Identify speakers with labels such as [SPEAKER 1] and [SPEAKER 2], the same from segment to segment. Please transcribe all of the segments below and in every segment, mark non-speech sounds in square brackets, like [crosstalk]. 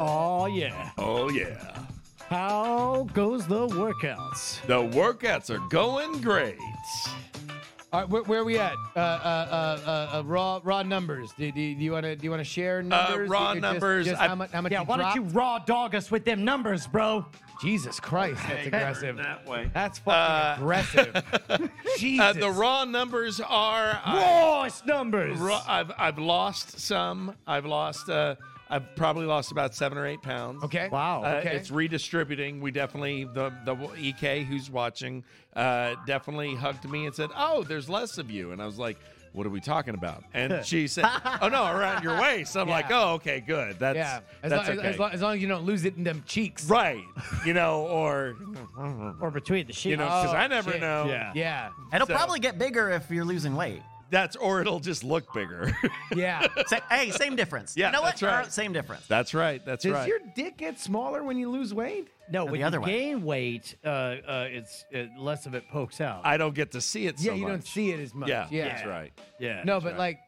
[SPEAKER 1] Oh, yeah.
[SPEAKER 2] Oh, yeah.
[SPEAKER 1] How goes the workouts?
[SPEAKER 2] The workouts are going great.
[SPEAKER 3] All right, where, where are we at? Uh, uh, uh, uh, uh, raw raw numbers. Do, do, do you want to do you want to share numbers?
[SPEAKER 2] Uh, raw
[SPEAKER 3] Or just-
[SPEAKER 2] numbers,
[SPEAKER 3] Just,
[SPEAKER 2] I-
[SPEAKER 3] how much? How much
[SPEAKER 1] Yeah,
[SPEAKER 3] you
[SPEAKER 1] why don't you
[SPEAKER 3] dropped?
[SPEAKER 1] raw dog us with them numbers, bro?
[SPEAKER 3] Jesus Christ, that's aggressive.
[SPEAKER 2] That way.
[SPEAKER 3] That's fucking [laughs] aggressive.
[SPEAKER 2] [laughs]
[SPEAKER 3] Jesus.
[SPEAKER 2] Uh, the raw numbers are. I-
[SPEAKER 1] Rawest numbers.
[SPEAKER 2] raw- I've I've lost some. I've lost. Uh, I've probably lost about seven or eight pounds.
[SPEAKER 3] Okay.
[SPEAKER 1] Wow.
[SPEAKER 2] Uh,
[SPEAKER 3] Okay.
[SPEAKER 2] It's redistributing. We definitely the the Ek who's watching uh, definitely hugged me and said, "Oh, there's less of you," and I was like. What are we talking about?
[SPEAKER 3] [laughs]
[SPEAKER 2] And she said, "Oh no, around your waist." I'm like, "Oh, okay, good. That's
[SPEAKER 3] yeah. As,
[SPEAKER 2] that's
[SPEAKER 3] long,
[SPEAKER 2] okay,
[SPEAKER 3] as, long, as long as you don't lose it in them cheeks.
[SPEAKER 2] right?" You know,
[SPEAKER 3] [laughs]
[SPEAKER 2] or
[SPEAKER 1] Or between the Uh, sheets.
[SPEAKER 2] you know, because
[SPEAKER 3] Oh,
[SPEAKER 2] I never
[SPEAKER 3] shit.
[SPEAKER 2] know.
[SPEAKER 1] Yeah.
[SPEAKER 2] [laughs]
[SPEAKER 3] Yeah.
[SPEAKER 4] It'll
[SPEAKER 2] So-
[SPEAKER 4] probably get bigger if you're losing weight.
[SPEAKER 2] That's or it'll just look bigger. [laughs]
[SPEAKER 3] Yeah.
[SPEAKER 4] Sa- hey, same difference.
[SPEAKER 2] Yeah,
[SPEAKER 4] you know
[SPEAKER 2] that's
[SPEAKER 4] what?
[SPEAKER 2] right.
[SPEAKER 4] Uh, Same difference.
[SPEAKER 2] that's right. That's
[SPEAKER 3] Does
[SPEAKER 2] right.
[SPEAKER 3] your dick get smaller when you lose weight?
[SPEAKER 1] no,
[SPEAKER 4] the
[SPEAKER 1] when you
[SPEAKER 4] other way.
[SPEAKER 1] gain weight, uh, uh, it's uh, less of it pokes
[SPEAKER 3] Uh,
[SPEAKER 1] out.
[SPEAKER 2] I don't get to see it. So
[SPEAKER 3] yeah, you don't
[SPEAKER 2] much.
[SPEAKER 3] see it as much.
[SPEAKER 2] Yeah,
[SPEAKER 3] Yeah.
[SPEAKER 2] that's right.
[SPEAKER 1] yeah.
[SPEAKER 3] No, but
[SPEAKER 2] right.
[SPEAKER 3] like,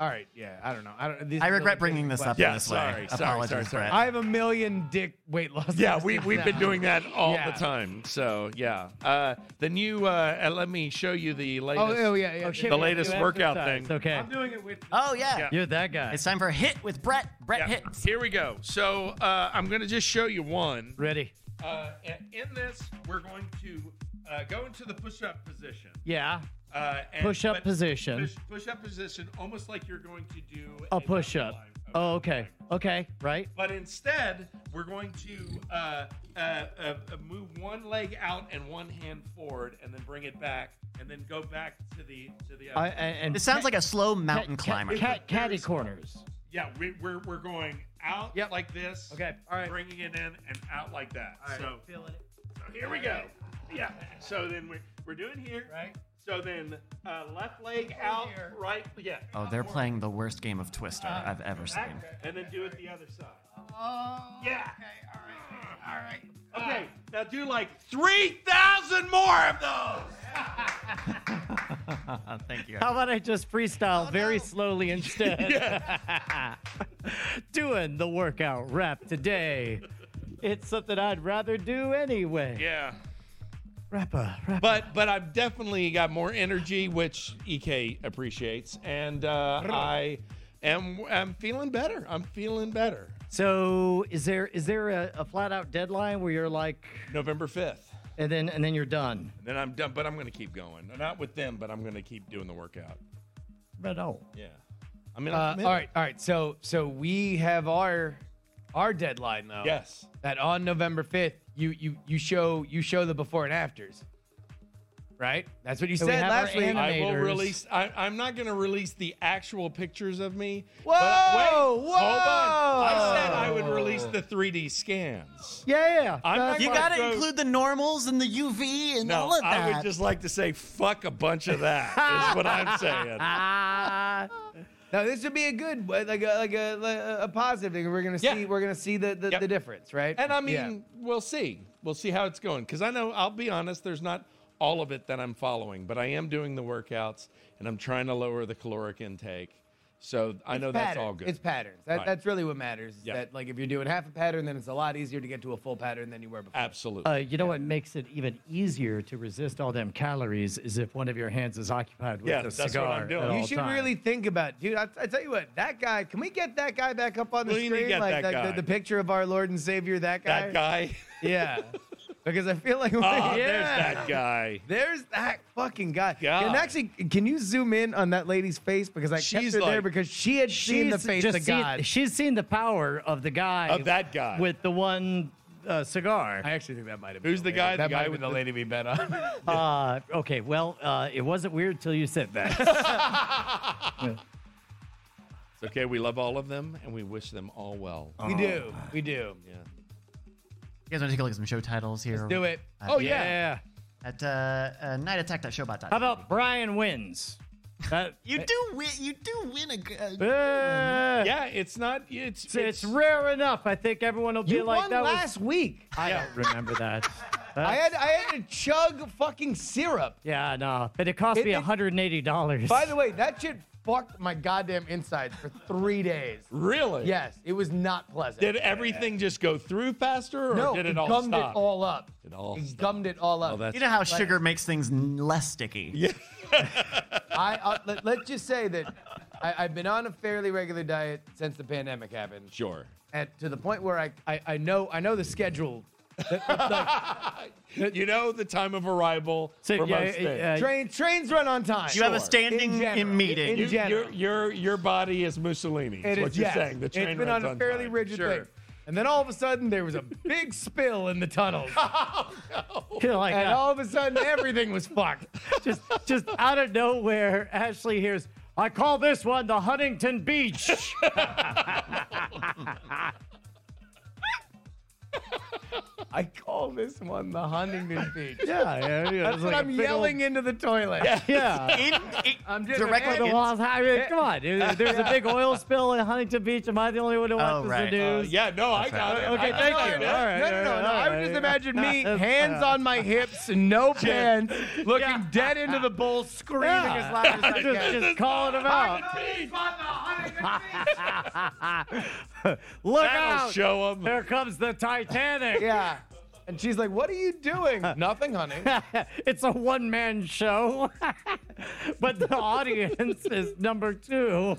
[SPEAKER 3] all right. Yeah. I don't know. I don't. This
[SPEAKER 4] I
[SPEAKER 3] is
[SPEAKER 4] regret
[SPEAKER 3] really
[SPEAKER 4] bringing
[SPEAKER 3] tricky
[SPEAKER 4] this up
[SPEAKER 3] question.
[SPEAKER 2] Yeah,
[SPEAKER 4] in this
[SPEAKER 2] sorry,
[SPEAKER 4] way.
[SPEAKER 2] sorry,
[SPEAKER 4] Apologies
[SPEAKER 2] sorry,
[SPEAKER 4] for
[SPEAKER 2] sorry.
[SPEAKER 4] it.
[SPEAKER 3] I have a million dick weight loss.
[SPEAKER 2] Yeah, we we've been doing that all
[SPEAKER 3] Yeah.
[SPEAKER 2] the time. So yeah, uh, the new. Uh, uh, let me show you the latest.
[SPEAKER 3] Oh, oh yeah, yeah.
[SPEAKER 1] Oh, shit,
[SPEAKER 2] the
[SPEAKER 1] we have to
[SPEAKER 2] latest
[SPEAKER 1] do
[SPEAKER 2] workout
[SPEAKER 1] exercise.
[SPEAKER 2] thing.
[SPEAKER 1] Okay.
[SPEAKER 3] doing it with.
[SPEAKER 4] oh yeah.
[SPEAKER 2] Yeah.
[SPEAKER 1] You're that guy.
[SPEAKER 4] It's time for hit with Brett. Brett
[SPEAKER 2] Yeah,
[SPEAKER 4] hits.
[SPEAKER 2] Here we go. So uh, I'm going to just show you one.
[SPEAKER 1] Ready?
[SPEAKER 2] Uh, and in this, we're going to uh, go into the push-up position.
[SPEAKER 1] Yeah.
[SPEAKER 2] Uh, and-
[SPEAKER 1] Push-up
[SPEAKER 2] but
[SPEAKER 1] position.
[SPEAKER 2] Push, push-up position, almost like you're going to do
[SPEAKER 1] A
[SPEAKER 2] dumbbell
[SPEAKER 1] push up.
[SPEAKER 2] line.
[SPEAKER 1] Oh, okay. Okay. Right?
[SPEAKER 2] But instead, we're going to uh, uh, uh, uh, move one leg out and one hand forward, and then bring it back, and then go back to the to the. Other.
[SPEAKER 1] I, and,
[SPEAKER 4] This sounds like a slow mountain climber.
[SPEAKER 1] Cat, catty corners.
[SPEAKER 2] yeah, we, we're we're going out
[SPEAKER 1] Yep.
[SPEAKER 2] like this.
[SPEAKER 1] Okay, all right.
[SPEAKER 2] Bringing it in and out like that. So, so here we go. Yeah. So then we we're doing here. Right. So then uh, left leg out, right. Yeah.
[SPEAKER 4] Oh, they're playing the worst game of Twister
[SPEAKER 2] Uh,
[SPEAKER 4] I've ever seen.
[SPEAKER 2] Back, and then do it the other side. Oh. Yeah. Okay. All right. All right. Okay. Now do like three thousand more of those.
[SPEAKER 4] Thank you.
[SPEAKER 1] How about I just
[SPEAKER 2] Oh,
[SPEAKER 1] freestyle very
[SPEAKER 2] [laughs]
[SPEAKER 1] slowly instead? [laughs] Doing the workout rap today. It's something I'd rather do anyway.
[SPEAKER 2] Yeah.
[SPEAKER 1] Rappa, rappa.
[SPEAKER 2] But but I've definitely got more energy, which Ek appreciates, and uh, I am I'm feeling better. I'm feeling better.
[SPEAKER 1] So is there is there a, a flat out deadline where you're like,
[SPEAKER 2] November fifth.
[SPEAKER 1] and then and then you're done?
[SPEAKER 2] Then I'm done, but I'm gonna keep going. Not with them, but I'm gonna keep doing the workout.
[SPEAKER 1] But no.
[SPEAKER 2] Yeah. I mean,
[SPEAKER 3] Uh, all right, all right. So, so we have our our deadline though.
[SPEAKER 2] Yes.
[SPEAKER 3] That on November fifth, you you you show you show the before and afters. Right. That's what you
[SPEAKER 1] we
[SPEAKER 3] said
[SPEAKER 1] have
[SPEAKER 3] last
[SPEAKER 1] our
[SPEAKER 3] week.
[SPEAKER 1] anime-
[SPEAKER 2] I will
[SPEAKER 1] Animators.
[SPEAKER 2] release. I, I'm not going to release the actual pictures of me.
[SPEAKER 3] Whoa,
[SPEAKER 2] hold
[SPEAKER 3] whoa.
[SPEAKER 2] on. I said I would release the 3D scans.
[SPEAKER 1] Yeah, yeah.
[SPEAKER 2] I'm not
[SPEAKER 4] You
[SPEAKER 2] gonna
[SPEAKER 4] gotta
[SPEAKER 2] throw-
[SPEAKER 4] include the normals and the UV and all
[SPEAKER 2] No,
[SPEAKER 4] of that.
[SPEAKER 2] I would just like to say fuck a bunch of that. is what I'm saying.
[SPEAKER 3] Now this would be a good like a like a, like a, a positive thing. We're gonna see
[SPEAKER 2] Yeah.
[SPEAKER 3] we're gonna see the the,
[SPEAKER 2] Yep.
[SPEAKER 3] the difference, right?
[SPEAKER 2] And I mean,
[SPEAKER 3] Yeah.
[SPEAKER 2] we'll see. We'll see how it's going. Because I know, I'll be honest, there's not all of it that I'm following, but I am doing the workouts and I'm trying to lower the caloric intake. So I know that's
[SPEAKER 3] Patterns.
[SPEAKER 2] all good.
[SPEAKER 3] It's patterns. That,
[SPEAKER 2] Right.
[SPEAKER 3] That's really what matters. is
[SPEAKER 2] Yeah.
[SPEAKER 3] That like if you're doing half a pattern, then it's a lot easier to get to a full pattern than you were before.
[SPEAKER 2] Absolutely.
[SPEAKER 1] Uh, you know what makes it even easier to resist all them calories is if one of your hands is occupied with
[SPEAKER 2] Yeah,
[SPEAKER 1] a
[SPEAKER 2] that's what I'm
[SPEAKER 1] cigar.
[SPEAKER 2] doing.
[SPEAKER 1] at
[SPEAKER 2] You
[SPEAKER 1] all
[SPEAKER 3] You should
[SPEAKER 1] times.
[SPEAKER 3] really think about, dude. I, I tell you what, that guy. Can we get that guy back up on the
[SPEAKER 2] We need to
[SPEAKER 3] screen?
[SPEAKER 2] get that
[SPEAKER 3] Like the- the,
[SPEAKER 2] guy.
[SPEAKER 3] the picture of our Lord and Savior, that guy.
[SPEAKER 2] that guy. [laughs]
[SPEAKER 3] Yeah, because I feel [laughs] like
[SPEAKER 2] Oh,
[SPEAKER 3] yeah.
[SPEAKER 2] there's that guy.
[SPEAKER 3] There's that fucking guy.
[SPEAKER 2] God.
[SPEAKER 3] And actually, can you zoom in on that lady's face because I
[SPEAKER 2] She's
[SPEAKER 3] kept her there
[SPEAKER 2] like-
[SPEAKER 3] because she had seen the face
[SPEAKER 1] just
[SPEAKER 3] of
[SPEAKER 1] seen-
[SPEAKER 3] God.
[SPEAKER 1] she's seen the power of the guy
[SPEAKER 2] Of Oh, that guy.
[SPEAKER 1] with the one uh, cigar.
[SPEAKER 3] I actually think that might have.
[SPEAKER 2] Who's
[SPEAKER 3] been
[SPEAKER 2] the guy?
[SPEAKER 3] That
[SPEAKER 2] The
[SPEAKER 3] might
[SPEAKER 2] guy
[SPEAKER 3] have
[SPEAKER 2] with
[SPEAKER 3] been the
[SPEAKER 2] the-
[SPEAKER 3] lady we bet on.
[SPEAKER 1] Uh, okay, well, uh, it wasn't weird till you said that.
[SPEAKER 2] It's okay. We love all of them and we wish them all well.
[SPEAKER 3] [laughs] we do. We do.
[SPEAKER 4] you guys wanna take a look at some show titles here?
[SPEAKER 3] Do it.
[SPEAKER 4] Uh,
[SPEAKER 3] Oh yeah.
[SPEAKER 4] At uh, uh, nightatack.showbot.com.
[SPEAKER 1] How about Brian wins? Uh, That, [laughs]
[SPEAKER 4] You do win. You do win a. g- a-
[SPEAKER 1] Uh,
[SPEAKER 2] Yeah, it's not. It's
[SPEAKER 1] it's, it's rare enough. I think everyone will be
[SPEAKER 3] You
[SPEAKER 1] like
[SPEAKER 3] won
[SPEAKER 1] that. was-
[SPEAKER 3] last week.
[SPEAKER 1] I don't remember that.
[SPEAKER 3] [laughs]
[SPEAKER 1] Uh,
[SPEAKER 3] I had I had to chug fucking syrup.
[SPEAKER 1] yeah, no, but it cost
[SPEAKER 3] It-
[SPEAKER 1] me
[SPEAKER 3] it-
[SPEAKER 1] $180. [laughs]
[SPEAKER 3] By the way, that shit fucked my goddamn insides for three days.
[SPEAKER 2] Really?
[SPEAKER 3] Yes, it was not pleasant.
[SPEAKER 2] Did everything just go through faster, or
[SPEAKER 3] no,
[SPEAKER 2] did it,
[SPEAKER 3] he
[SPEAKER 2] all
[SPEAKER 3] gummed
[SPEAKER 2] stop?
[SPEAKER 3] it all up.
[SPEAKER 2] It all
[SPEAKER 3] he
[SPEAKER 2] stopped.
[SPEAKER 3] gummed it all up.
[SPEAKER 2] Oh, that's-
[SPEAKER 4] You know how sugar makes things n- less sticky. Yeah.
[SPEAKER 3] I uh, let, let's just say that I, I've been on a fairly regular diet since the pandemic happened,
[SPEAKER 2] sure.
[SPEAKER 3] at to the point where I, I, I know I know the schedule.
[SPEAKER 2] [laughs] You know the time of arrival
[SPEAKER 1] So,
[SPEAKER 2] for
[SPEAKER 1] yeah,
[SPEAKER 2] most
[SPEAKER 1] yeah,
[SPEAKER 2] things.
[SPEAKER 1] yeah.
[SPEAKER 3] Train trains run on time.
[SPEAKER 4] You have a
[SPEAKER 2] Sure.
[SPEAKER 4] standing
[SPEAKER 3] In
[SPEAKER 4] in,
[SPEAKER 3] general.
[SPEAKER 4] meeting.
[SPEAKER 3] uh, In-
[SPEAKER 2] You- your,
[SPEAKER 3] general.
[SPEAKER 2] your your body is Mussolini. is
[SPEAKER 3] It
[SPEAKER 2] what
[SPEAKER 3] is-
[SPEAKER 2] you're
[SPEAKER 3] yes.
[SPEAKER 2] saying. The train
[SPEAKER 3] it's been
[SPEAKER 2] runs
[SPEAKER 3] on a fairly
[SPEAKER 2] time.
[SPEAKER 3] rigid
[SPEAKER 2] sure.
[SPEAKER 3] thing. And then all of a sudden, there
[SPEAKER 2] [laughs]
[SPEAKER 3] was a big spill in the tunnels.
[SPEAKER 1] You're like,
[SPEAKER 3] and
[SPEAKER 1] uh,
[SPEAKER 3] all of a sudden, everything
[SPEAKER 2] [laughs]
[SPEAKER 3] was fucked.
[SPEAKER 1] just just out of nowhere, Ashley hears, I call this one the Huntington
[SPEAKER 3] [laughs]
[SPEAKER 1] Beach.
[SPEAKER 3] I call this one the Huntington Beach.
[SPEAKER 1] yeah, yeah, yeah.
[SPEAKER 3] That's what I'm yelling into the toilet. [laughs]
[SPEAKER 1] Yeah.
[SPEAKER 4] in, in-
[SPEAKER 3] I'm just
[SPEAKER 4] directly
[SPEAKER 3] an
[SPEAKER 1] The Los- I mean, come on. dude. There's a big oil spill in Huntington Beach. Am I the only one who
[SPEAKER 3] Oh,
[SPEAKER 1] watches
[SPEAKER 4] right.
[SPEAKER 1] the
[SPEAKER 2] Uh,
[SPEAKER 1] news?
[SPEAKER 2] yeah, no, I got it.
[SPEAKER 1] Okay,
[SPEAKER 2] I-
[SPEAKER 1] thank
[SPEAKER 2] I
[SPEAKER 1] you.
[SPEAKER 2] got it.
[SPEAKER 1] All right.
[SPEAKER 3] no, no, no, no. I would just imagine me, hands on my hips, no pants, looking
[SPEAKER 1] Yeah.
[SPEAKER 3] dead into the bowl, screaming
[SPEAKER 1] Yeah.
[SPEAKER 3] as loud as I
[SPEAKER 1] just,
[SPEAKER 3] can.
[SPEAKER 1] just calling them out. Look
[SPEAKER 2] That'll
[SPEAKER 1] out!
[SPEAKER 2] show
[SPEAKER 1] [laughs]
[SPEAKER 2] 'em.
[SPEAKER 1] Here comes the Titanic. [laughs]
[SPEAKER 3] Yeah. And she's like, "What are you doing?" Nothing, honey. [laughs]
[SPEAKER 1] it's a one man show, [laughs] but the audience is number two.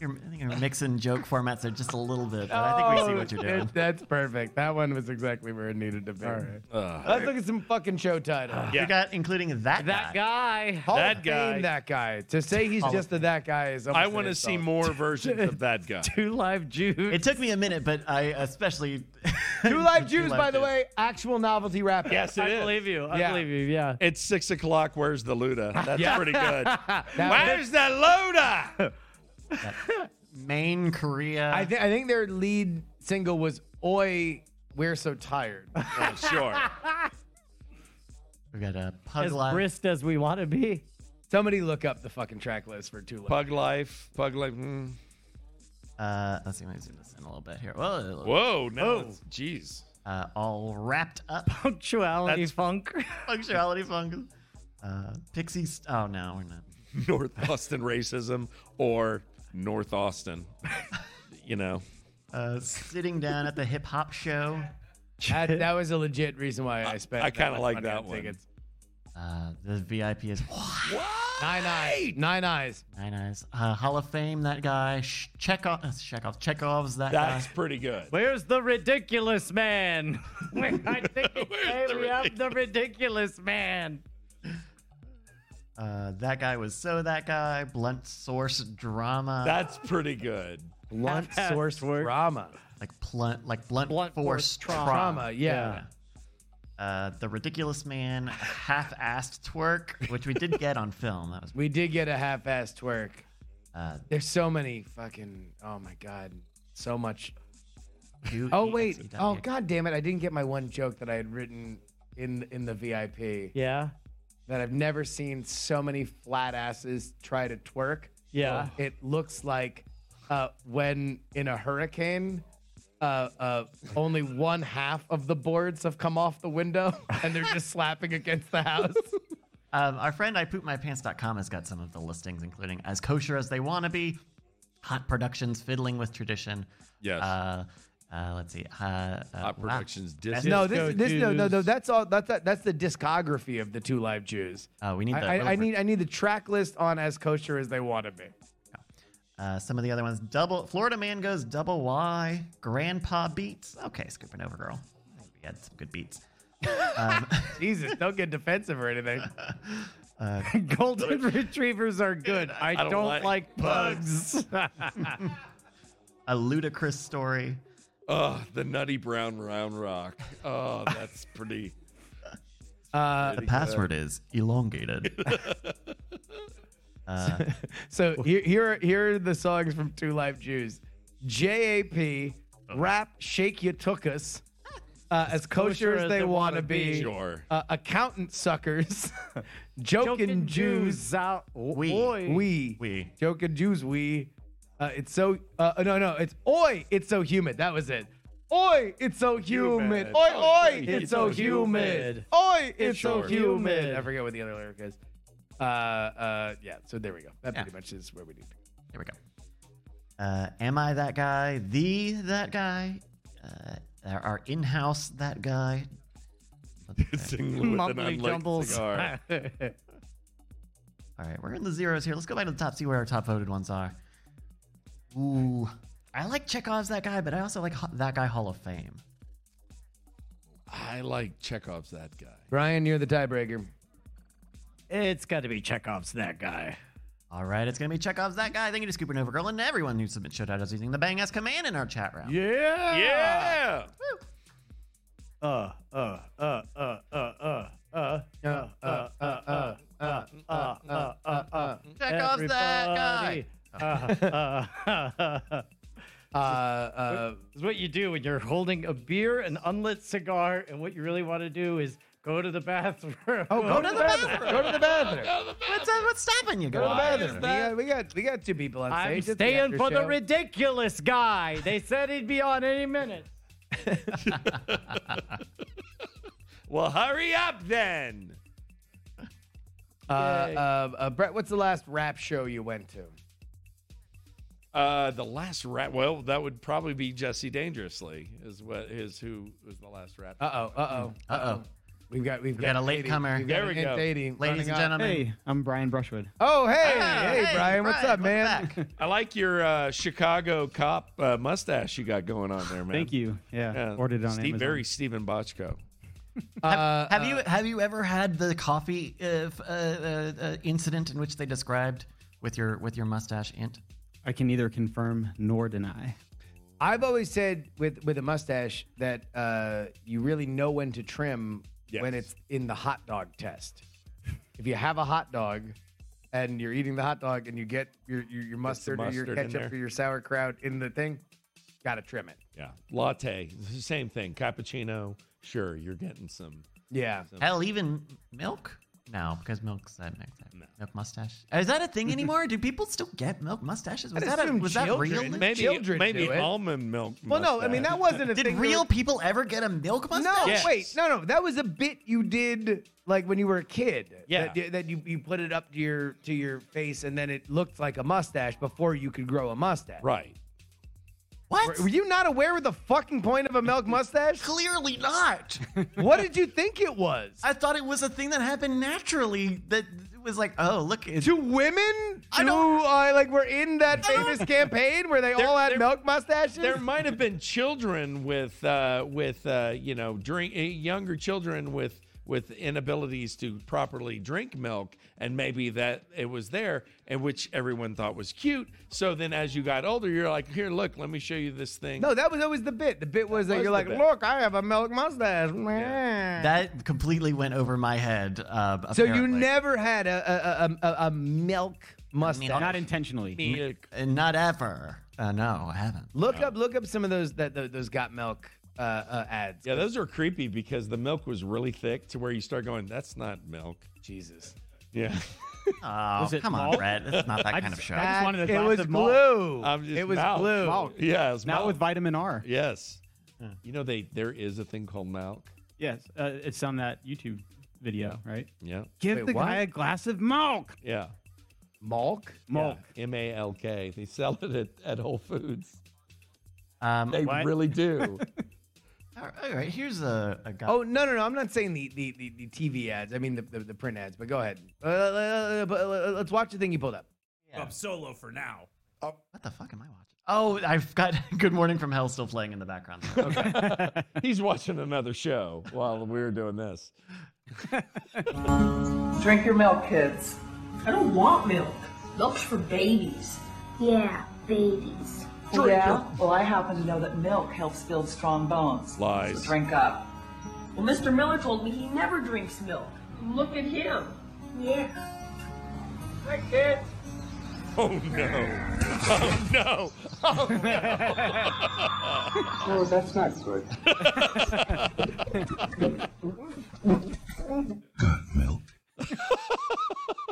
[SPEAKER 4] you're, I think you're mixing joke formats there just a little bit, but I
[SPEAKER 3] Oh,
[SPEAKER 4] think we see what you're doing.
[SPEAKER 3] That's perfect. That one was exactly where it needed to be. All right.
[SPEAKER 2] Uh,
[SPEAKER 3] Let's look at some fucking show titles.
[SPEAKER 2] Yeah.
[SPEAKER 4] You got including that,
[SPEAKER 1] That guy.
[SPEAKER 3] Hall
[SPEAKER 2] That
[SPEAKER 3] of
[SPEAKER 2] guy.
[SPEAKER 3] Fame, that guy. To say he's
[SPEAKER 4] Hall of
[SPEAKER 3] just a that guy is. almost
[SPEAKER 2] I
[SPEAKER 3] an
[SPEAKER 2] want to see
[SPEAKER 3] insult.
[SPEAKER 2] more [laughs] versions of that guy.
[SPEAKER 1] Two Live Jews.
[SPEAKER 4] It took me a minute, but I especially
[SPEAKER 3] [laughs] Two
[SPEAKER 4] [laughs]
[SPEAKER 3] Live Jews,
[SPEAKER 4] Live
[SPEAKER 3] by the
[SPEAKER 4] Jews.
[SPEAKER 3] way, actual novelty rapper.
[SPEAKER 2] Yes, it
[SPEAKER 1] I
[SPEAKER 2] is.
[SPEAKER 1] believe you. I
[SPEAKER 3] Yeah.
[SPEAKER 1] believe you. Yeah.
[SPEAKER 2] It's six o'clock. Where's the Luda? That's pretty good.
[SPEAKER 3] That-
[SPEAKER 2] Where's the Luda?
[SPEAKER 4] Maine, Korea.
[SPEAKER 3] I, th- I think their lead single was "Oi, We're So Tired."
[SPEAKER 2] Oh, sure.
[SPEAKER 4] we got a pug
[SPEAKER 1] As
[SPEAKER 4] life.
[SPEAKER 1] brisk as we want to be.
[SPEAKER 3] Somebody look up the fucking track list for Two Live.
[SPEAKER 2] Pug life. Pug life. mm.
[SPEAKER 4] Uh, let's see, let me zoom this in a little bit here. Whoa,
[SPEAKER 2] Whoa. No. it's- Jeez.
[SPEAKER 4] uh, all wrapped up.
[SPEAKER 1] Punctuality
[SPEAKER 2] That's-
[SPEAKER 1] funk.
[SPEAKER 4] Functionality fungus. Uh, Pixies. Oh no, we're not.
[SPEAKER 2] [laughs] North Austin racism or North Austin. You know.
[SPEAKER 4] Uh, sitting down at the hip hop show.
[SPEAKER 3] That, that was a legit reason why I spent.
[SPEAKER 2] I kinda
[SPEAKER 3] that much
[SPEAKER 2] like
[SPEAKER 3] money
[SPEAKER 2] that
[SPEAKER 3] on
[SPEAKER 2] one.
[SPEAKER 3] Tickets.
[SPEAKER 4] Uh, the VIP is
[SPEAKER 3] Nine eyes. Nine eyes.
[SPEAKER 4] nine eyes. Uh, Hall of Fame. That guy. Sh- Chekhov. uh, Chekhov. Chekhov's that
[SPEAKER 2] That's
[SPEAKER 4] guy.
[SPEAKER 2] pretty good.
[SPEAKER 1] [laughs] Where's the ridiculous man? [laughs] I think [laughs] it's
[SPEAKER 2] Where's the
[SPEAKER 1] we have the ridiculous man.
[SPEAKER 4] Uh, that guy was so that guy. Blunt source drama.
[SPEAKER 2] That's pretty good.
[SPEAKER 3] Blunt
[SPEAKER 1] Half-assed
[SPEAKER 3] source
[SPEAKER 1] work.
[SPEAKER 3] drama.
[SPEAKER 4] like blunt. Like blunt,
[SPEAKER 1] Blunt force
[SPEAKER 4] force trauma.
[SPEAKER 3] Drama. Yeah.
[SPEAKER 4] Yeah. Uh, the ridiculous man. Half-assed twerk, which we did get on film. That was.
[SPEAKER 3] We did get a half-assed twerk.
[SPEAKER 4] Uh,
[SPEAKER 3] There's so many fucking. Oh my god. So much.
[SPEAKER 4] two
[SPEAKER 3] [laughs] Oh wait.
[SPEAKER 4] EXEW.
[SPEAKER 3] Oh god damn it. I didn't get my one joke that I had written in in the VIP.
[SPEAKER 1] Yeah.
[SPEAKER 3] That I've never seen so many flat asses try to twerk.
[SPEAKER 1] Yeah.
[SPEAKER 3] It looks like uh, when in a hurricane. Uh, uh, only one half of the boards have come off the window [laughs] and they're just slapping against the house.
[SPEAKER 4] Um, our friend ipoopmypants.com has got some of the listings, including As Kosher as They Wanna Be, Hot Productions Fiddling with Tradition.
[SPEAKER 2] Yes.
[SPEAKER 4] Uh, uh, let's see. Uh, uh,
[SPEAKER 2] Hot
[SPEAKER 4] wow.
[SPEAKER 2] Productions Disney.
[SPEAKER 3] No,
[SPEAKER 1] Disco
[SPEAKER 3] this, this no, no,
[SPEAKER 1] Jews.
[SPEAKER 3] no. That's all. That's that's the discography of the Two Live Jews.
[SPEAKER 4] Oh, we need
[SPEAKER 3] I,
[SPEAKER 4] the-
[SPEAKER 3] I, I need I need the track list on as kosher as they want to be.
[SPEAKER 4] Uh, some of the other ones. Double Florida Man Goes Double Y, Grandpa Beats. Okay, scooping over, girl. I think we had some good beats.
[SPEAKER 3] Jesus, don't get defensive or
[SPEAKER 1] [laughs]
[SPEAKER 3] anything. [laughs]
[SPEAKER 1] Golden retrievers are good. Uh, I,
[SPEAKER 2] I don't
[SPEAKER 1] don't,
[SPEAKER 2] like
[SPEAKER 1] like, bugs.
[SPEAKER 4] A Ludicrous Story.
[SPEAKER 2] Oh, the Nutty Brown Round Rock. Oh, that's pretty.
[SPEAKER 3] [laughs] Uh,
[SPEAKER 4] The password is elongated.
[SPEAKER 3] [laughs] so here, here, are, here are the songs from Two Live Jews: J.A.P. Rap, Shake You Took Us, uh, as kosher as they want to be. [laughs]
[SPEAKER 2] Sure.
[SPEAKER 3] Uh, accountant suckers, [laughs] joking,
[SPEAKER 1] Joking
[SPEAKER 3] Jews.
[SPEAKER 1] Jews out.
[SPEAKER 4] We.
[SPEAKER 1] Oi.
[SPEAKER 3] We.
[SPEAKER 4] We.
[SPEAKER 3] Joking Jews, we. Uh, it's so. Uh, no, no. It's oi, it's so humid. That was it. Oi, it's so
[SPEAKER 2] Humid.
[SPEAKER 3] humid. Oi,
[SPEAKER 2] Oi,
[SPEAKER 3] oi, it's so humid. Oi, it's so
[SPEAKER 2] Sure.
[SPEAKER 3] humid.
[SPEAKER 1] Humid.
[SPEAKER 3] I forget what the other lyric is. Uh, uh, yeah. So there we go. That
[SPEAKER 4] Yeah.
[SPEAKER 3] pretty much is where we need. to go.
[SPEAKER 4] Here we go. Uh, am I that guy? The that guy? Uh, our in house that guy?
[SPEAKER 2] [laughs] Sing with an
[SPEAKER 1] Mumbly
[SPEAKER 2] unlit
[SPEAKER 1] jumbles.
[SPEAKER 3] [laughs]
[SPEAKER 2] cigar.
[SPEAKER 4] All right, we're in the zeros here. Let's go back to the top, see where our top voted ones are. Ooh. I like Chekhov's that guy, but I also like Ho- that guy Hall of Fame.
[SPEAKER 2] I like Chekhov's that guy.
[SPEAKER 3] Brian, you're the tiebreaker.
[SPEAKER 1] It's got to be Chekhov's that guy.
[SPEAKER 4] All right, it's going to be Chekhov's that guy. Thank you to Scooper Nova Girl and everyone who submit shoutouts using the Bang Ass command in our chat round.
[SPEAKER 1] Yeah.
[SPEAKER 2] Yeah.
[SPEAKER 1] Uh, uh, uh, uh, uh, uh, uh, uh, uh, uh, uh, uh, uh, uh, uh, uh.
[SPEAKER 4] Chekhov's that guy.
[SPEAKER 1] Everybody. Uh, uh, [laughs] uh,
[SPEAKER 3] Uh, uh,
[SPEAKER 1] It's what you do when you're holding a beer, an unlit cigar, and what you really want to do is go to the bathroom. Oh,
[SPEAKER 4] Go to the bathroom.
[SPEAKER 3] go to the bathroom.
[SPEAKER 4] what's, uh, what's stopping you
[SPEAKER 3] Go to the
[SPEAKER 4] guys?
[SPEAKER 3] bathroom. We got, we got we got two people
[SPEAKER 1] [laughs]
[SPEAKER 3] on
[SPEAKER 1] I'm
[SPEAKER 3] stage. It's
[SPEAKER 1] staying
[SPEAKER 3] after
[SPEAKER 1] for the
[SPEAKER 3] show.
[SPEAKER 1] ridiculous guy. They said he'd be on any minute.
[SPEAKER 2] Well, hurry up then.
[SPEAKER 3] Uh, uh, uh, Brett, what's the last rap show you went to?
[SPEAKER 2] Uh, the last rat. Well, that would probably be Jesse Dangerously. Is what is who was the last rat?
[SPEAKER 3] Uh oh. Uh oh.
[SPEAKER 4] Uh oh.
[SPEAKER 3] We've got we've got,
[SPEAKER 4] got a late
[SPEAKER 3] Katie.
[SPEAKER 4] comer.
[SPEAKER 3] We've got
[SPEAKER 2] There we
[SPEAKER 3] Aunt
[SPEAKER 2] go.
[SPEAKER 3] Katie
[SPEAKER 4] Ladies
[SPEAKER 3] running
[SPEAKER 4] and
[SPEAKER 3] up.
[SPEAKER 4] gentlemen.
[SPEAKER 5] Hey, I'm Brian Brushwood.
[SPEAKER 3] Oh hey,
[SPEAKER 4] Ah,
[SPEAKER 3] hey, Brian, what's up,
[SPEAKER 4] Brian,
[SPEAKER 3] man?
[SPEAKER 4] welcome back.
[SPEAKER 2] I like your uh, Chicago cop uh, mustache you got going on there, man.
[SPEAKER 5] Thank you. Yeah,
[SPEAKER 2] Yeah.
[SPEAKER 5] ordered it on
[SPEAKER 2] Steve,
[SPEAKER 5] Amazon.
[SPEAKER 2] Very Stephen Bochco.
[SPEAKER 3] Uh,
[SPEAKER 4] Have you have you ever had the coffee uh, f- uh, uh, uh, incident in which they described with your with your mustache int?
[SPEAKER 5] I can neither confirm nor deny.
[SPEAKER 3] I've always said with with a mustache that uh, you really know when to trim
[SPEAKER 2] Yes.
[SPEAKER 3] when it's in the hot dog test. If you have a hot dog and you're eating the hot dog and you get your your, your mustard, or your
[SPEAKER 2] mustard in
[SPEAKER 3] ketchup
[SPEAKER 2] there.
[SPEAKER 3] or your sauerkraut in the thing, gotta trim it.
[SPEAKER 2] Yeah, latte, same thing. Cappuccino, sure, you're getting some.
[SPEAKER 3] Yeah.
[SPEAKER 4] Hell, even milk? No, because milk's that next time. Milk mustache. Is that a
[SPEAKER 3] [laughs]
[SPEAKER 4] thing anymore? Do people still get milk mustaches? Was
[SPEAKER 3] I'd
[SPEAKER 4] that a,
[SPEAKER 3] assume
[SPEAKER 4] was that real?
[SPEAKER 3] children.
[SPEAKER 2] Maybe
[SPEAKER 3] Children
[SPEAKER 2] maybe
[SPEAKER 3] do it.
[SPEAKER 2] almond milk.
[SPEAKER 3] Well, no, I mean
[SPEAKER 2] mustache.
[SPEAKER 3] that wasn't a
[SPEAKER 4] Did
[SPEAKER 3] thing.
[SPEAKER 4] real people ever get a milk
[SPEAKER 3] No,
[SPEAKER 4] mustache?
[SPEAKER 2] Yes.
[SPEAKER 3] wait, no, no. That was a bit you did like when you were a kid.
[SPEAKER 2] Yeah.
[SPEAKER 3] that, that you, you put it up to your to your face and then it looked like a mustache before you could grow a mustache.
[SPEAKER 2] right.
[SPEAKER 4] What?
[SPEAKER 3] Were, were you not aware of the fucking point of a milk mustache?
[SPEAKER 4] [laughs] Clearly not.
[SPEAKER 3] what did you think it was?
[SPEAKER 4] [laughs] I thought it was a thing that happened naturally. That was like, oh, look, it's
[SPEAKER 3] to women
[SPEAKER 4] I
[SPEAKER 3] who
[SPEAKER 4] don't-
[SPEAKER 3] uh, like were in that famous campaign where they all had
[SPEAKER 2] there-
[SPEAKER 3] milk mustaches?
[SPEAKER 2] There might have been children with uh, with uh, you know drink uh, younger children with with inabilities to properly drink milk, and maybe that it was there, and which everyone thought was cute. So then, as you got older, you're like, here, look, let me show you this thing.
[SPEAKER 3] no, that was always the bit. The bit was that,
[SPEAKER 2] was
[SPEAKER 3] you're
[SPEAKER 2] the
[SPEAKER 3] like,
[SPEAKER 2] bit.
[SPEAKER 3] look, I have a milk mustache.
[SPEAKER 4] that completely went over my head. Uh,
[SPEAKER 3] So you
[SPEAKER 4] apparently.
[SPEAKER 3] never had a a, a, a, a milk mustache.
[SPEAKER 5] Not intentionally.
[SPEAKER 2] Me-
[SPEAKER 4] Uh, not ever. Uh, no, I haven't.
[SPEAKER 3] look up look up some of those that tho- those got milk uh, uh, ads.
[SPEAKER 2] Yeah, those are creepy because the milk was really thick to where you start going, that's not milk.
[SPEAKER 3] Jesus. [laughs]
[SPEAKER 2] Yeah.
[SPEAKER 4] Oh,
[SPEAKER 5] it
[SPEAKER 4] come on,
[SPEAKER 5] malt?
[SPEAKER 4] Brett. It's not that
[SPEAKER 5] I
[SPEAKER 4] kind of
[SPEAKER 5] just-
[SPEAKER 4] show.
[SPEAKER 5] I- just wanted a
[SPEAKER 3] it
[SPEAKER 5] glass
[SPEAKER 3] was
[SPEAKER 5] of malt.
[SPEAKER 3] blue.
[SPEAKER 2] I'm just
[SPEAKER 3] it was
[SPEAKER 2] milk.
[SPEAKER 3] blue.
[SPEAKER 2] Yeah, it's
[SPEAKER 5] Not
[SPEAKER 2] milk.
[SPEAKER 5] with vitamin R.
[SPEAKER 2] Yes. You know they there is a thing called milk.
[SPEAKER 5] Yes, uh, it's on that YouTube video, right?
[SPEAKER 2] Yeah.
[SPEAKER 5] Give
[SPEAKER 3] Wait,
[SPEAKER 5] the
[SPEAKER 3] what?
[SPEAKER 5] guy a glass of milk.
[SPEAKER 2] Yeah.
[SPEAKER 3] Malk?
[SPEAKER 5] Milk.
[SPEAKER 2] Oh, M A L K. They sell it at, at Whole Foods.
[SPEAKER 4] Um,
[SPEAKER 2] They
[SPEAKER 5] What?
[SPEAKER 2] really
[SPEAKER 3] [laughs]
[SPEAKER 2] do.
[SPEAKER 4] all right, all right, here's a, a guy.
[SPEAKER 3] Oh no no no! I'm not saying the the, the, the TV ads. I mean the, the, the print ads. But go ahead. Uh, uh, uh, uh, let's watch the thing you pulled up.
[SPEAKER 6] I'm solo for now.
[SPEAKER 4] what the fuck am I watching? Oh, I've got [laughs] Good Morning from Hell still playing in the background. Okay.
[SPEAKER 2] He's watching another show while we were doing this.
[SPEAKER 7] Drink your milk, kids.
[SPEAKER 8] I don't want milk.
[SPEAKER 9] Milk's for babies.
[SPEAKER 10] Yeah, babies.
[SPEAKER 7] yeah? Well, I happen to know that milk helps build strong bones.
[SPEAKER 2] Lies.
[SPEAKER 7] So drink up.
[SPEAKER 8] Well, Mr. Miller told me he never drinks milk. Look at him.
[SPEAKER 10] Yeah.
[SPEAKER 8] Hi, kids.
[SPEAKER 2] Oh no. Oh no.
[SPEAKER 6] Oh, that's not good.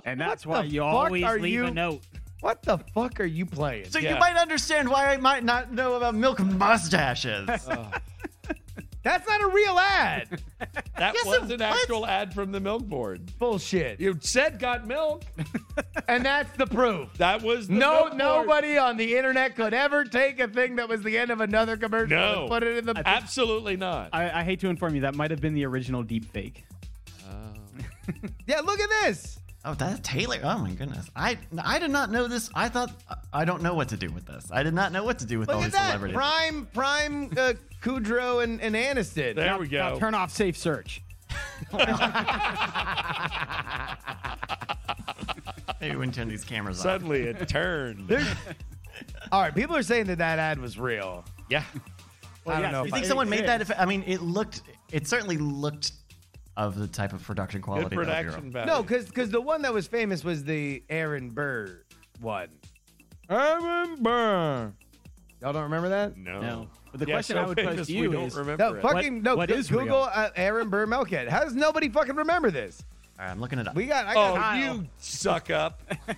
[SPEAKER 5] And that's why
[SPEAKER 3] the
[SPEAKER 5] you
[SPEAKER 3] fuck
[SPEAKER 5] always
[SPEAKER 3] are
[SPEAKER 5] leave
[SPEAKER 3] you-
[SPEAKER 5] a note.
[SPEAKER 3] What the fuck are you playing?
[SPEAKER 4] so
[SPEAKER 2] Yeah.
[SPEAKER 4] you might understand why I might not know about milk mustaches.
[SPEAKER 3] That's not a real ad.
[SPEAKER 2] That
[SPEAKER 4] Yes,
[SPEAKER 2] was
[SPEAKER 4] it
[SPEAKER 2] an
[SPEAKER 4] was.
[SPEAKER 2] actual ad from the milk board.
[SPEAKER 3] Bullshit.
[SPEAKER 2] You said got milk.
[SPEAKER 3] And that's the proof.
[SPEAKER 2] That was the
[SPEAKER 3] [laughs] No,
[SPEAKER 2] milk board.
[SPEAKER 3] nobody on the internet could ever take a thing that was the end of another commercial
[SPEAKER 2] No.
[SPEAKER 3] and put it in the.
[SPEAKER 2] Absolutely not.
[SPEAKER 5] I, I hate to inform you that might have been the original deep fake.
[SPEAKER 3] yeah, look at this.
[SPEAKER 4] Oh, that's Taylor. Oh my goodness. I I did not know this. I thought I don't know what to do with this. I did not know what to do with all
[SPEAKER 3] Look at
[SPEAKER 4] these
[SPEAKER 3] that.
[SPEAKER 4] celebrities.
[SPEAKER 3] Prime, prime uh, Kudrow and, and Aniston.
[SPEAKER 2] there we
[SPEAKER 5] Now
[SPEAKER 2] go.
[SPEAKER 5] turn off safe search.
[SPEAKER 4] Maybe we can turn these cameras off.
[SPEAKER 2] Suddenly it turned.
[SPEAKER 3] All right, people are saying that that ad was real.
[SPEAKER 2] yeah.
[SPEAKER 3] I don't
[SPEAKER 5] yes,
[SPEAKER 3] know. If
[SPEAKER 5] they
[SPEAKER 4] You think
[SPEAKER 5] It
[SPEAKER 4] someone made that?
[SPEAKER 5] is.
[SPEAKER 4] If, I mean, it looked. It certainly looked of the type of production quality.
[SPEAKER 2] Good
[SPEAKER 4] that would be
[SPEAKER 2] production
[SPEAKER 4] real.
[SPEAKER 3] I,
[SPEAKER 2] value.
[SPEAKER 3] no, because because the one that was famous was the Aaron Burr one. Aaron Burr. Y'all don't remember that?
[SPEAKER 2] No.
[SPEAKER 5] No. But the
[SPEAKER 2] Yeah,
[SPEAKER 5] question
[SPEAKER 2] so
[SPEAKER 5] I would
[SPEAKER 2] famous
[SPEAKER 5] pose to you
[SPEAKER 2] we don't
[SPEAKER 5] is,
[SPEAKER 2] remember
[SPEAKER 3] No,
[SPEAKER 2] it.
[SPEAKER 3] fucking
[SPEAKER 5] What-
[SPEAKER 3] no.
[SPEAKER 5] what
[SPEAKER 3] Go-
[SPEAKER 5] is real?
[SPEAKER 3] Google uh, Aaron Burr Melkhead. How does nobody fucking remember this?
[SPEAKER 4] All right, I'm looking it up.
[SPEAKER 3] We got. I got
[SPEAKER 2] Oh,
[SPEAKER 3] Kyle.
[SPEAKER 2] you suck up.
[SPEAKER 4] All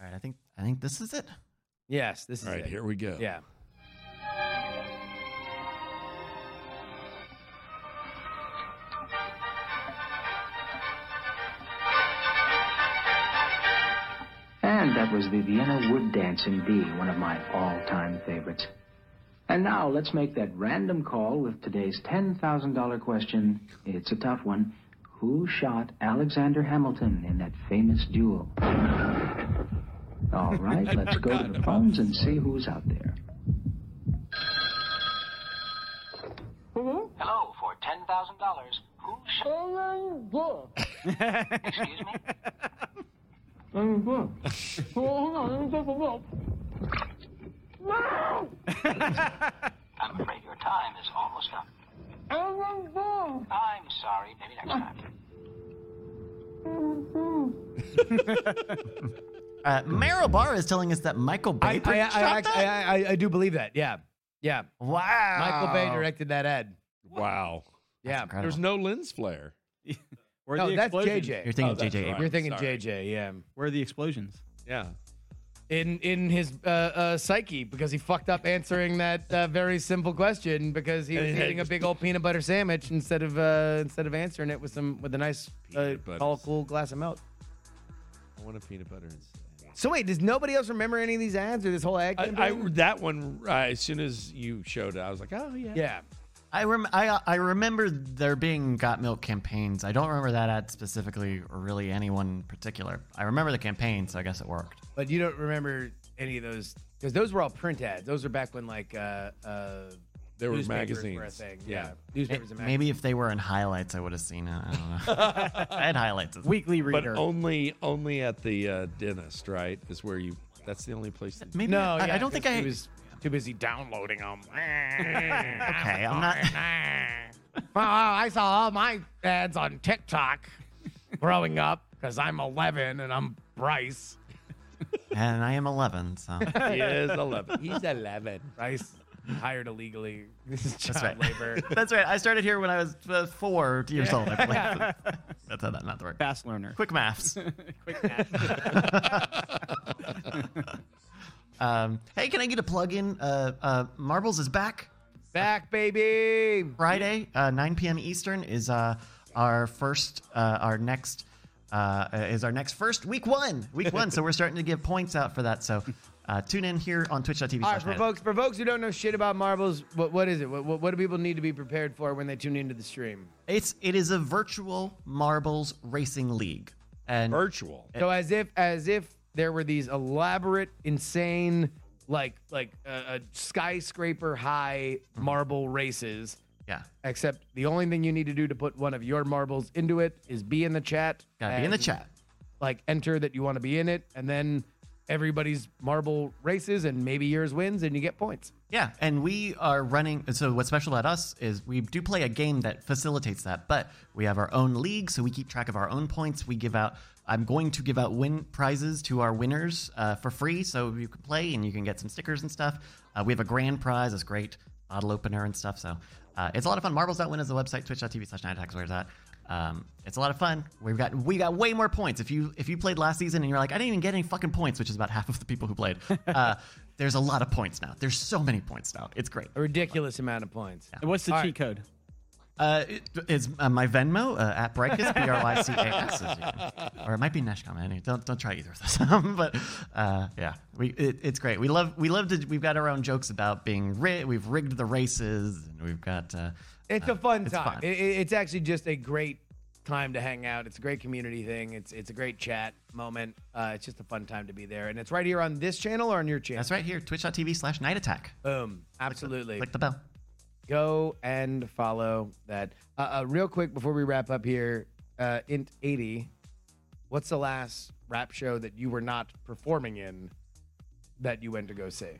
[SPEAKER 4] right, I think I think this is it.
[SPEAKER 3] Yes, this is
[SPEAKER 2] All right,
[SPEAKER 3] it.
[SPEAKER 2] here we go.
[SPEAKER 3] Yeah.
[SPEAKER 11] And that was the Vienna Wood Dance indeed, one of my all-time favorites. And now let's make that random call with today's $10,000 question. It's a tough one. Who shot Alexander Hamilton in that famous duel? All right, let's go to the phones and see who's out there. Hello, for $10,000, who shot... Excuse me? I'm afraid your time is almost up. I'm sorry. Maybe next time.
[SPEAKER 4] Uh, Meryl Barr is telling us that Michael
[SPEAKER 3] I
[SPEAKER 4] Bay.
[SPEAKER 3] I,
[SPEAKER 4] shot
[SPEAKER 3] I,
[SPEAKER 4] that?
[SPEAKER 3] I, I, I, I do believe that. Yeah. Yeah.
[SPEAKER 4] wow.
[SPEAKER 3] Michael Bay directed that ad.
[SPEAKER 2] Wow.
[SPEAKER 3] Yeah.
[SPEAKER 4] Incredible.
[SPEAKER 2] There's no lens flare.
[SPEAKER 5] where
[SPEAKER 3] No,
[SPEAKER 5] the
[SPEAKER 3] that's
[SPEAKER 5] explosions-
[SPEAKER 4] You're
[SPEAKER 3] JJ.
[SPEAKER 4] thinking
[SPEAKER 2] Oh,
[SPEAKER 4] of
[SPEAKER 2] that's
[SPEAKER 4] J.J.
[SPEAKER 2] right.
[SPEAKER 4] Abrams.
[SPEAKER 3] You're thinking
[SPEAKER 2] Sorry.
[SPEAKER 3] JJ, yeah.
[SPEAKER 5] Where are the explosions?
[SPEAKER 2] Yeah.
[SPEAKER 3] in in his uh, uh, psyche because he fucked up answering that uh, very simple question because he was
[SPEAKER 2] Yeah.
[SPEAKER 3] eating a big old peanut butter sandwich instead of uh, instead of answering it with some with a nice uh,
[SPEAKER 2] Peanut butter.
[SPEAKER 3] tall cool glass of milk.
[SPEAKER 2] I want a peanut butter. and-
[SPEAKER 3] So wait, does nobody else remember any of these ads or this whole ad?
[SPEAKER 2] I, I,
[SPEAKER 3] campaign?
[SPEAKER 2] that one, uh, as soon as you showed it, I was like, oh, yeah.
[SPEAKER 3] yeah.
[SPEAKER 4] I rem- I I remember there being Got Milk campaigns. I don't remember that ad specifically or really anyone in particular. I remember the campaign, so I guess it worked.
[SPEAKER 3] But you don't remember any of those because those were all print ads. Those were back when like uh, uh,
[SPEAKER 2] There were
[SPEAKER 3] newspapers
[SPEAKER 2] magazines.
[SPEAKER 3] were a thing.
[SPEAKER 2] Yeah.
[SPEAKER 3] Yeah, newspapers and magazines.
[SPEAKER 4] Maybe if they were in highlights, I would have seen it. I don't know.
[SPEAKER 3] [laughs]
[SPEAKER 4] I had highlights. as-
[SPEAKER 5] Weekly
[SPEAKER 2] But
[SPEAKER 5] reader.
[SPEAKER 2] only only at the uh, dentist, right? Is where you, that's the only place. That,
[SPEAKER 4] Maybe
[SPEAKER 3] No,
[SPEAKER 4] I,
[SPEAKER 3] Oh,
[SPEAKER 4] I
[SPEAKER 3] yeah,
[SPEAKER 4] don't think
[SPEAKER 3] 'cause
[SPEAKER 4] I
[SPEAKER 3] he was too busy downloading them.
[SPEAKER 2] [laughs]
[SPEAKER 3] [laughs]
[SPEAKER 4] Okay, I'm not.
[SPEAKER 3] Well, I saw all my ads on TikTok growing up because I'm 11 and I'm Bryce.
[SPEAKER 4] [laughs] and I am 11,
[SPEAKER 3] [laughs]
[SPEAKER 4] so
[SPEAKER 2] he is 11. He's 11.
[SPEAKER 3] Bryce hired illegally. This is child
[SPEAKER 4] that's right. [laughs]
[SPEAKER 3] labor.
[SPEAKER 4] that's right. I started here when I was uh, four years old. I
[SPEAKER 3] [laughs]
[SPEAKER 4] believe. that's how that math works.
[SPEAKER 5] Fast learner.
[SPEAKER 4] Quick maths.
[SPEAKER 5] Quick app.
[SPEAKER 4] [laughs] Um, hey, can I get a plug in? Uh, uh, Marbles is back.
[SPEAKER 3] Back, baby.
[SPEAKER 4] Friday, uh, 9 p.m. Eastern is uh, our first, uh, our next, uh, is our next first week one, week
[SPEAKER 3] [laughs]
[SPEAKER 4] one. so we're starting to give points out for that. So uh, tune in here on Twitch.tv.
[SPEAKER 3] All right,
[SPEAKER 4] slash
[SPEAKER 3] for
[SPEAKER 4] Naz.
[SPEAKER 3] folks, for folks who don't know shit about marbles, what, what is it? What, what, what do people need to be prepared for when they tune into the stream?
[SPEAKER 4] It's it is a virtual Marbles Racing League, and
[SPEAKER 2] Virtual.
[SPEAKER 3] So as if as if there were these elaborate, insane, like like uh, uh, skyscraper high marble races.
[SPEAKER 4] yeah,
[SPEAKER 3] Except the only thing you need to do to put one of your marbles into it is be in the chat.
[SPEAKER 4] gotta be in the
[SPEAKER 3] and,
[SPEAKER 4] chat.
[SPEAKER 3] Like enter that you want to be in it, and then everybody's marble races, and maybe yours wins, and you get points.
[SPEAKER 4] Yeah, and we are running. So what's special about us is we do play a game that facilitates that, but we have our own league, so we keep track of our own points. We give out. I'm going to give out win prizes to our winners uh, for free, so you can play and you can get some stickers and stuff. Uh, we have a grand prize, this great bottle opener and stuff. So uh, it's a lot of fun. Marbles.win is the website, twitch.tv slash nine Um, it's a lot of fun. We've got we got way more points. If you if you played last season and you're like, I didn't even get any fucking points, which is about [laughs] half of the people who played. Uh, [laughs] there's a lot of points now. There's so many points now. It's great.
[SPEAKER 3] A ridiculous amount of points.
[SPEAKER 5] What's the
[SPEAKER 3] All
[SPEAKER 5] cheat code?
[SPEAKER 4] Uh, it, it's uh, my Venmo uh, at Brycus, B R Y C A S, as you can- or it might be Neshcom. Anyway, don't don't try either of those. [laughs] Um, but uh, yeah, we it, it's great. We love we love to. We've got our own jokes about being ri- We've rigged the races, and we've got. Uh,
[SPEAKER 3] It's
[SPEAKER 4] uh,
[SPEAKER 3] a fun
[SPEAKER 4] it's
[SPEAKER 3] time.
[SPEAKER 4] fun.
[SPEAKER 3] It, it- it's actually just a great time to hang out. It's a great community thing. It's it's a great chat moment. Uh, it's just a fun time to be there, and it's right here on this channel or on your channel.
[SPEAKER 4] That's right here, twitch.tv slash night attack.
[SPEAKER 3] Boom! Absolutely.
[SPEAKER 4] Click the bell.
[SPEAKER 3] Go and follow that. Uh, uh, real quick before we wrap up here, uh, Int eighty. What's the last rap show that you were not performing in that you went to go see?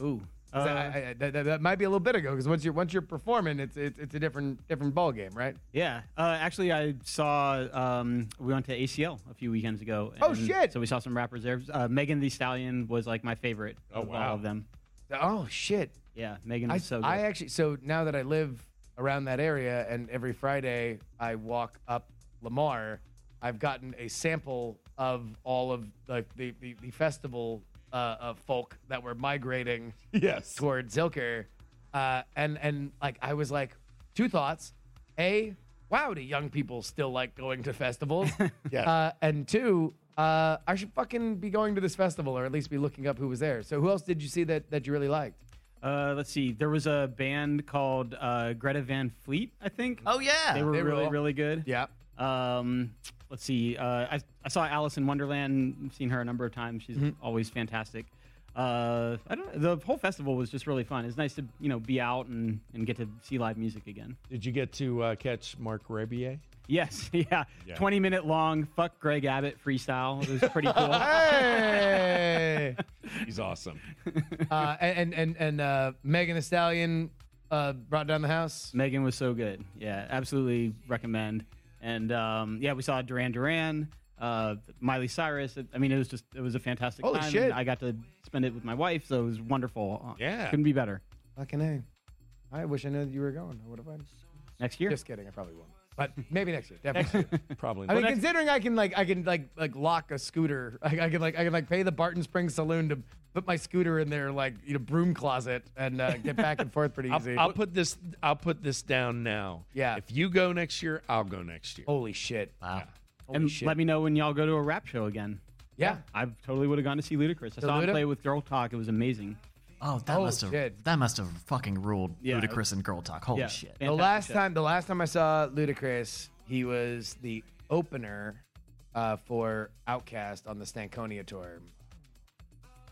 [SPEAKER 5] Ooh. Uh,
[SPEAKER 3] 'Cause
[SPEAKER 4] Uh,
[SPEAKER 3] I- I- I- that, that- that might be a little bit ago because once you're once you're performing, it's it's, it's a different different ball game, right?
[SPEAKER 5] Yeah, uh, actually, I saw um, we went to ACL a few weekends ago.
[SPEAKER 3] Oh,
[SPEAKER 5] and
[SPEAKER 3] shit.
[SPEAKER 5] So we saw some rappers there. Uh, Megan the Stallion was like my favorite
[SPEAKER 2] Oh,
[SPEAKER 5] of
[SPEAKER 2] wow.
[SPEAKER 5] all of them.
[SPEAKER 3] Oh shit!
[SPEAKER 5] Yeah, Megan
[SPEAKER 3] I,
[SPEAKER 5] was so good.
[SPEAKER 3] I actually so now that I live around that area and every Friday I walk up Lamar, I've gotten a sample of all of like the the, the festival uh, of folk that were
[SPEAKER 5] [laughs]
[SPEAKER 3] migrating
[SPEAKER 2] Yes.
[SPEAKER 3] toward Zilker, uh, and and like I was like two thoughts: a wow, do young people still like going to
[SPEAKER 5] [laughs]
[SPEAKER 3] festivals?
[SPEAKER 2] Yes.
[SPEAKER 3] Uh, and two. Uh, I should fucking be going to this festival, or at least be looking up who was there. So, who else did you see that, that you really liked?
[SPEAKER 5] uh, let's see. There was a band called uh, Greta Van Fleet, I think.
[SPEAKER 4] Oh yeah.
[SPEAKER 5] they were
[SPEAKER 3] they
[SPEAKER 5] really
[SPEAKER 3] rule.
[SPEAKER 5] really good.
[SPEAKER 3] Yeah.
[SPEAKER 5] Um, let's see. Uh, I, I saw Alice in Wonderland. Seen her a number of times. She's
[SPEAKER 3] Mm-hmm.
[SPEAKER 5] always fantastic. Uh, I don't. The whole festival was just really fun. It's nice to you know be out and, and get to see live music again.
[SPEAKER 2] Did you get to uh, catch Mark Rebier?
[SPEAKER 5] Yes, [laughs] yeah. Twenty minute long. Fuck Greg Abbott freestyle. It was pretty cool.
[SPEAKER 3] Hey! [laughs]
[SPEAKER 2] He's awesome.
[SPEAKER 3] uh, and and and uh, Megan the Stallion uh, brought down the house.
[SPEAKER 5] Megan was so good. Yeah, absolutely recommend. And um, yeah, we saw Duran Duran, uh, Miley Cyrus. I mean, it was just it was a fantastic
[SPEAKER 3] Holy
[SPEAKER 5] time.
[SPEAKER 3] shit.
[SPEAKER 5] and I got to spend it with my wife, so it was wonderful. Uh,
[SPEAKER 2] Yeah.
[SPEAKER 5] couldn't be better.
[SPEAKER 3] Fucking a. I wish I knew that you were going. I would have.
[SPEAKER 5] Next year.
[SPEAKER 3] Just kidding. I probably won't. But maybe next year. Definitely.
[SPEAKER 2] Probably.
[SPEAKER 3] I mean,
[SPEAKER 2] not.
[SPEAKER 3] considering I can like I can like like lock a scooter. [laughs] I, I can like I can like pay the Barton Springs Saloon to put my scooter in their like you know broom closet and uh, get back and forth pretty easy.
[SPEAKER 2] I'll, I'll put this. I'll put this down now.
[SPEAKER 3] Yeah.
[SPEAKER 2] If you go next year, I'll go next year.
[SPEAKER 3] Holy shit!
[SPEAKER 4] Wow.
[SPEAKER 5] and let me know when y'all go to a rap show again.
[SPEAKER 3] Yeah.
[SPEAKER 5] I totally would have gone to see Ludacris. I saw
[SPEAKER 3] Luda?
[SPEAKER 5] him play with Girl Talk. It was amazing.
[SPEAKER 4] Oh, that
[SPEAKER 3] Oh,
[SPEAKER 4] must have
[SPEAKER 3] shit.
[SPEAKER 4] that must have fucking ruled
[SPEAKER 5] Yeah.
[SPEAKER 4] Ludacris and Girl Talk. Holy
[SPEAKER 5] yeah,
[SPEAKER 4] shit.
[SPEAKER 5] fantastic
[SPEAKER 3] The last
[SPEAKER 5] show.
[SPEAKER 3] time, the last time I saw Ludacris, he was the opener uh, for Outcast on the Stankonia tour.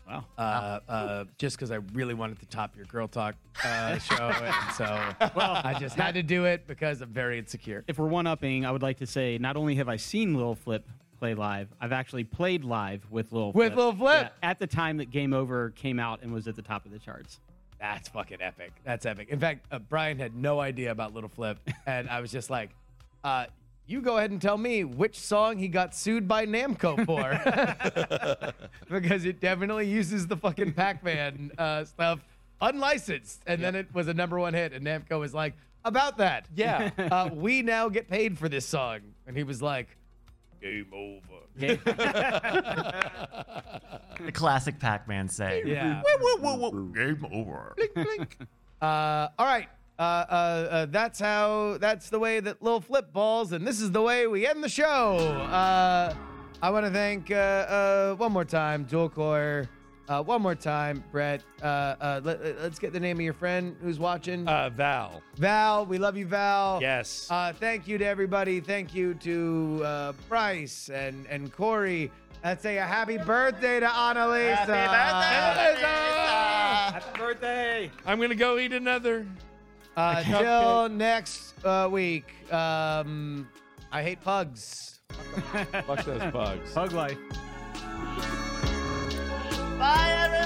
[SPEAKER 5] Wow.
[SPEAKER 3] Uh, uh, just because I really wanted to top your Girl Talk uh, show, and so
[SPEAKER 5] [laughs]
[SPEAKER 3] I just had to do it because I'm very insecure.
[SPEAKER 5] if we're one upping, I would like to say not only have I seen Lil Flip play live, I've actually played live with Lil
[SPEAKER 3] With
[SPEAKER 5] Flip.
[SPEAKER 3] Lil Flip?
[SPEAKER 5] Yeah, at the time that Game Over came out and was at the top of the charts.
[SPEAKER 3] That's fucking epic. That's epic. In fact, uh, Brian had no idea about Little [laughs] Flip, and I was just like, uh, "You go ahead and tell me which song he got sued by Namco for, [laughs] because it definitely uses the fucking Pac-Man uh, stuff unlicensed." And then it was a number one hit, and Namco was like, "About that, yeah, [laughs] uh, we now get paid for this song." And he was like, "Game over."
[SPEAKER 4] The classic Pac-Man say.
[SPEAKER 3] Yeah.
[SPEAKER 4] Woo, woo, woo, woo. Game over. [laughs]
[SPEAKER 3] Uh, all right. Uh, uh, uh, that's how. That's the way that Lil Flip balls, and this is the way we end the show. Uh, I want to thank uh, uh, one more time Joel Coyer. Uh, one more time, Brett. Uh, uh, let, us get the name of your friend who's watching.
[SPEAKER 2] Uh, Val.
[SPEAKER 3] Val, we love you, Val.
[SPEAKER 2] Yes.
[SPEAKER 3] Uh, thank you to everybody. Thank you to uh, Bryce and and Corey. Let's say a happy birthday to Annalisa.
[SPEAKER 4] Happy birthday, Annalisa.
[SPEAKER 5] Happy birthday!
[SPEAKER 2] I'm gonna go eat another.
[SPEAKER 3] Uh, till next uh, week. Um, I hate pugs.
[SPEAKER 2] Watch those bugs.
[SPEAKER 5] Hug life.
[SPEAKER 4] Bye everybody.